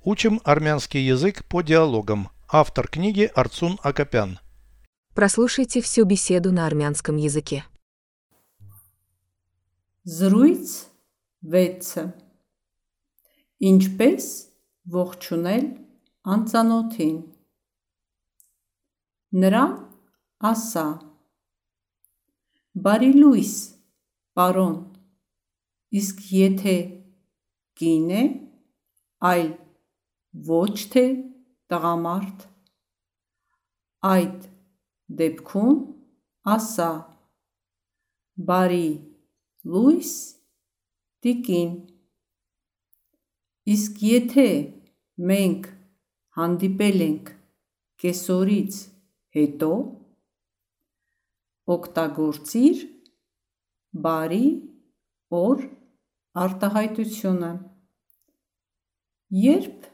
Учим армянский язык по диалогам. Автор книги Арцун Акопян. Прослушайте всю беседу на армянском языке. Զրույց 6-ը Ինչպես ողջունել անծանոթին Նրան ասա Բարի լույս, պարոն։ Իսկ եթե կին է, այլ ոչ թե տղամարդ, այդ դեպքում ասա Բարի լույս, տիկին։ Իսկ եթե մենք հանդիպել ենք կեսորից հետո, օգտագործիր բարի օր արտահայտությունը։ Երբ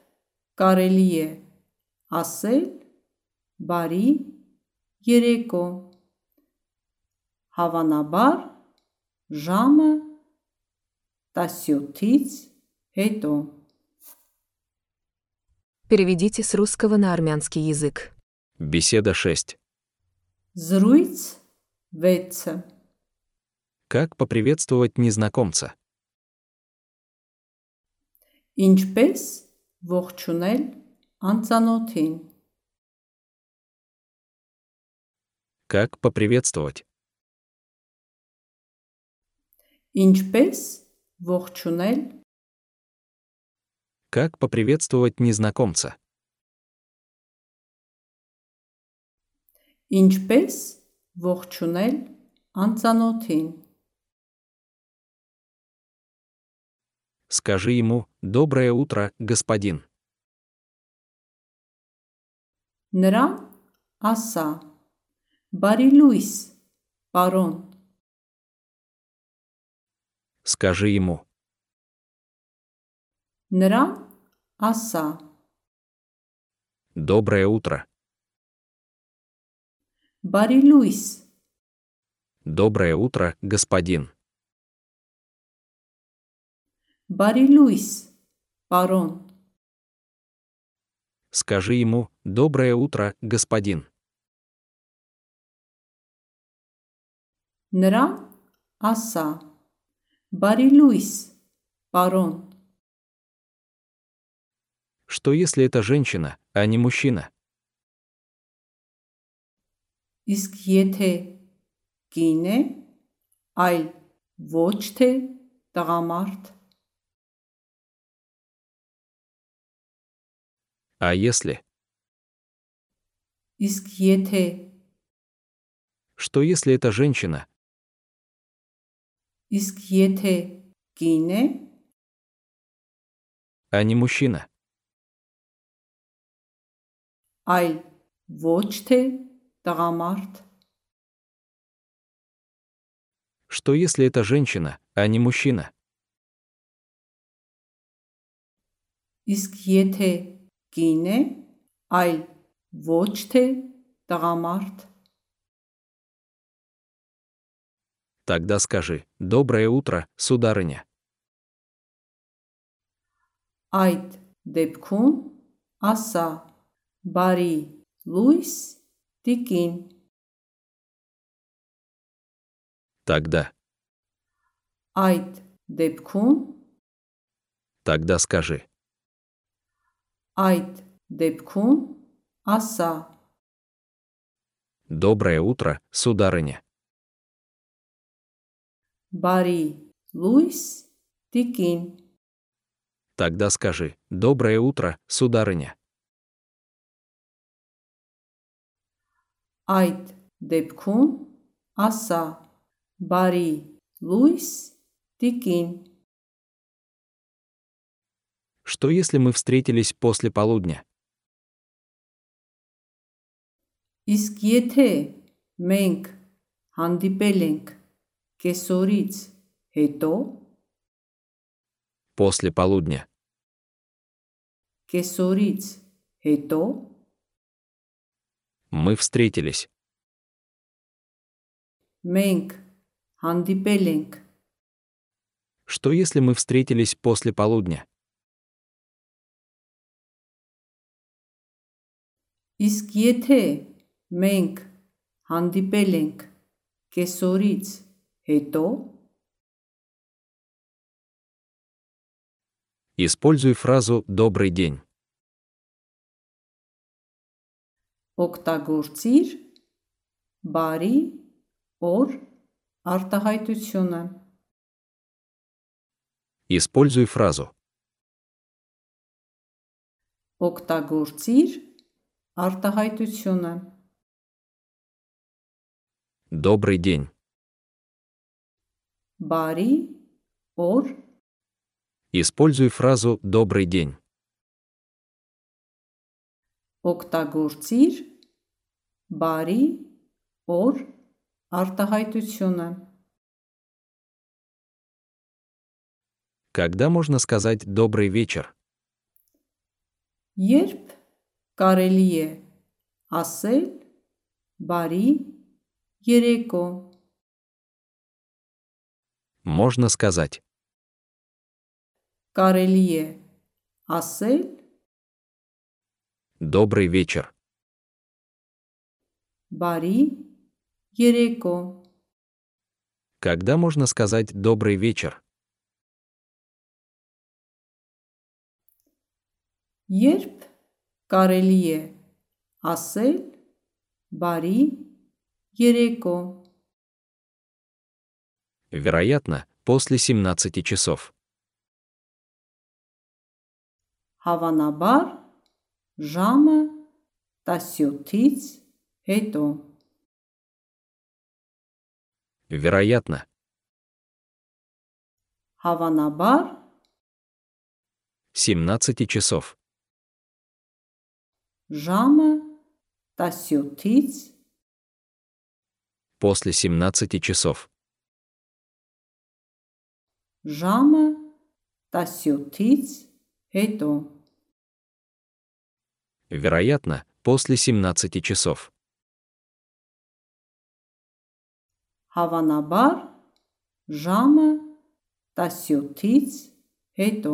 կարելի է ասել բարի երեկո։ Հավանաբար ժամը 17-ից հետո։ Переведите с русского на армянский язык. Беседа 6. Զրույց 6-ը Как поприветствовать незнакомца? Ինչպես ողջունել անծանոթին։ Как поприветствовать? Ինչպես ողջունել Как поприветствовать незнакомца? Ինչպես ողջունել անծանոթին։ Скажи ему «Доброе утро, господин». Նրան ասա. Բարի լույս, պարոն։ Скажи ему Նրան ասա. «Доброе утро, Բարի լույս, доброе утро, господин». բարի լույս, պարոն։ Скажи ему «Доброе утро, господин». Նրան ասա. Բարի լույս, պարոն։ Что если это женщина, а не мужчина? Իսկ եթե կին է, այլ ոչ թե տղամարդ, А если? իսկ եթե Что если это женщина? իսկ եթե կին է, А не мужчина. այլ ոչ թե տղամարդ, Что если это женщина, а не мужчина? իսկ եթե կին է, այլ ոչ թե տղամարդ, Тогда скажи «Доброе утро, сударыня». այդ դեպքում ասա. Բարի լույս, տիկին, Тогда, այդ դեպքում, тогда скажи այդ դեպքում ասա. «Доброе утро, сударыня». Բարի լույս, տիկին, Тогда скажи «Доброе утро, сударыня». այդ դեպքում ասա. Բարի լույս, տիկին, Что если мы встретились после полудня? Իսկ եթե մենք հանդիպել ենք կեսորից հետո, После полудня. կեսորից հետո Мы встретились. մենք հանդիպել ենք Что если мы встретились после полудня? Իսկ եթե մենք հանդիպել ենք կեսորից հետո, Используй фразу «добрый день». օգտագործիր բարի օր արտահայտությունը։ Используй фразу Օգտագործիր արտահայտությունը։ «добрый день». Բարի օր Используй фразу «добрый день». օգտագործիր բարի օր արտահայտությունը։ Когда можно сказать «добрый вечер»? Երբ կարելի է ասել բարի երեկո, Можно сказать կարելի է ասել «добрый вечер». բարի երեկո, Когда можно сказать «добрый вечер»? երբ կարելի է ասել բարի երեկո, Вероятно, после 17 часов. հավանաբար ժամը 17-ից հետո։ Вероятно. Հավանաբար 17 часов. ժամը 17-ից После 17 часов. ժամը 17-ից հետո Вероятно, после 17 часов. հավանաբար ժամը 17-ից հետո